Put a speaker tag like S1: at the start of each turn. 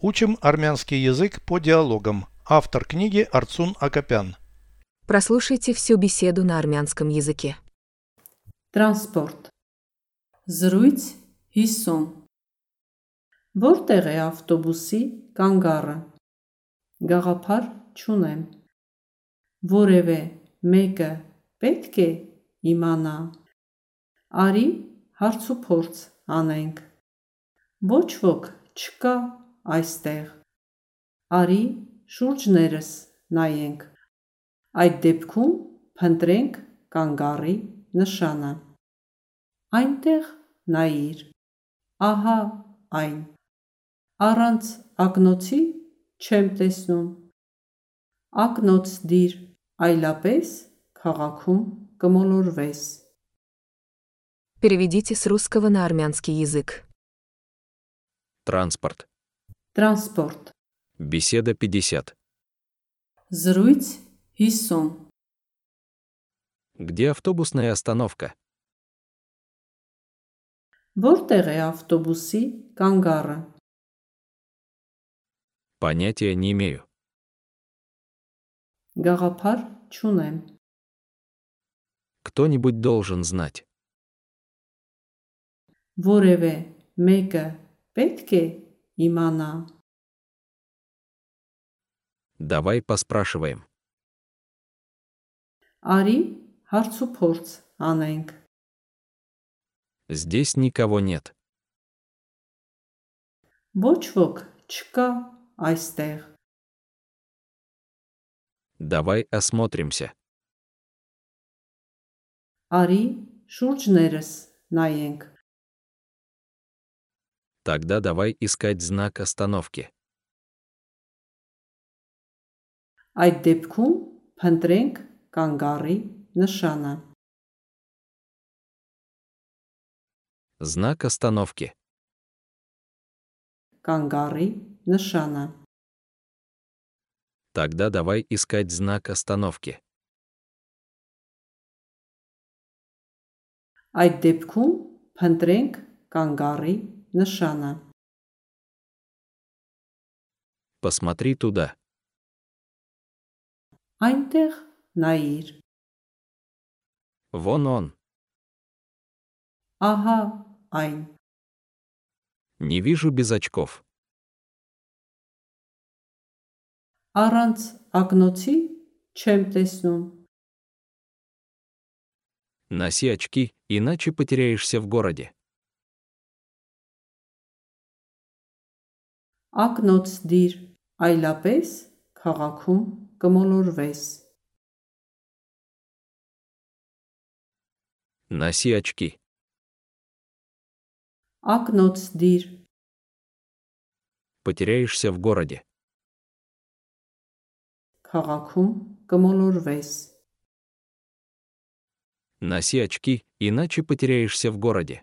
S1: Учим армянский язык по диалогам. Автор книги Арцун Акопян.
S2: Прослушайте всю беседу на армянском языке.
S3: Տրանսպորտ Զրույց 50 Որտեղ է ավտոբուսի կանգառը Գաղափար չունեմ Որևէ մեկը պետք է իմանա Արի հարցուփորձ անենք Ոչ ոք չկա այստեղ Արի շուրջներս նայենք Այդ դեպքում փնտրենք կանգառի նշանը։ Այնտեղ նայիր։ Ահա այն։ Առանց ակնոցի չեմ տեսնում։ Ակնոց դիր, այլապես քաղաքում կմոլորվես։
S2: Переведите с русского на армянский язык.
S4: Транспорт.
S3: Տրանսպորտ։
S4: Беседа 50.
S3: Զրույց 50։
S4: Где автобусная остановка?
S3: Որտեղ է ավտոբուսի կանգառը։
S4: Понятия не имею.
S3: Գաղափար չունեմ։
S4: Кто-нибудь должен знать.
S3: Որևէ մեկը պետք է իմանա։
S4: Давай поспрашиваем.
S3: Արի հարցուփորձ անենք։
S4: Здесь никого нет.
S3: Ոչ ոք չկա այստեղ։
S4: Давай осмотримся.
S3: Արի շուրջներս նայենք։
S4: Тогда давай искать знак остановки.
S3: Այդ դեպքում փնտրենք կանգառի նշանը։
S4: Знак остановки.
S3: Կանգառի նշանը։
S4: Тогда давай искать знак остановки.
S3: Այդ դեպքում փնտրենք կանգառի նշանը։
S4: Посмотри туда.
S3: Այնտեղ նայիր։
S4: Вон он.
S3: Ահա այն։
S4: Не вижу без очков.
S3: Առանց ակնոցի չեմ տեսնում։
S4: Носи очки, иначе потеряешься в городе.
S3: Ակնոց դիր, այլապես քաղաքում կմոլորվես։
S4: Носи очки.
S3: Ակնոց դիր,
S4: Потеряешься в городе.
S3: քաղաքում կմոլորվես։
S4: Носи очки, иначе потеряешься в городе.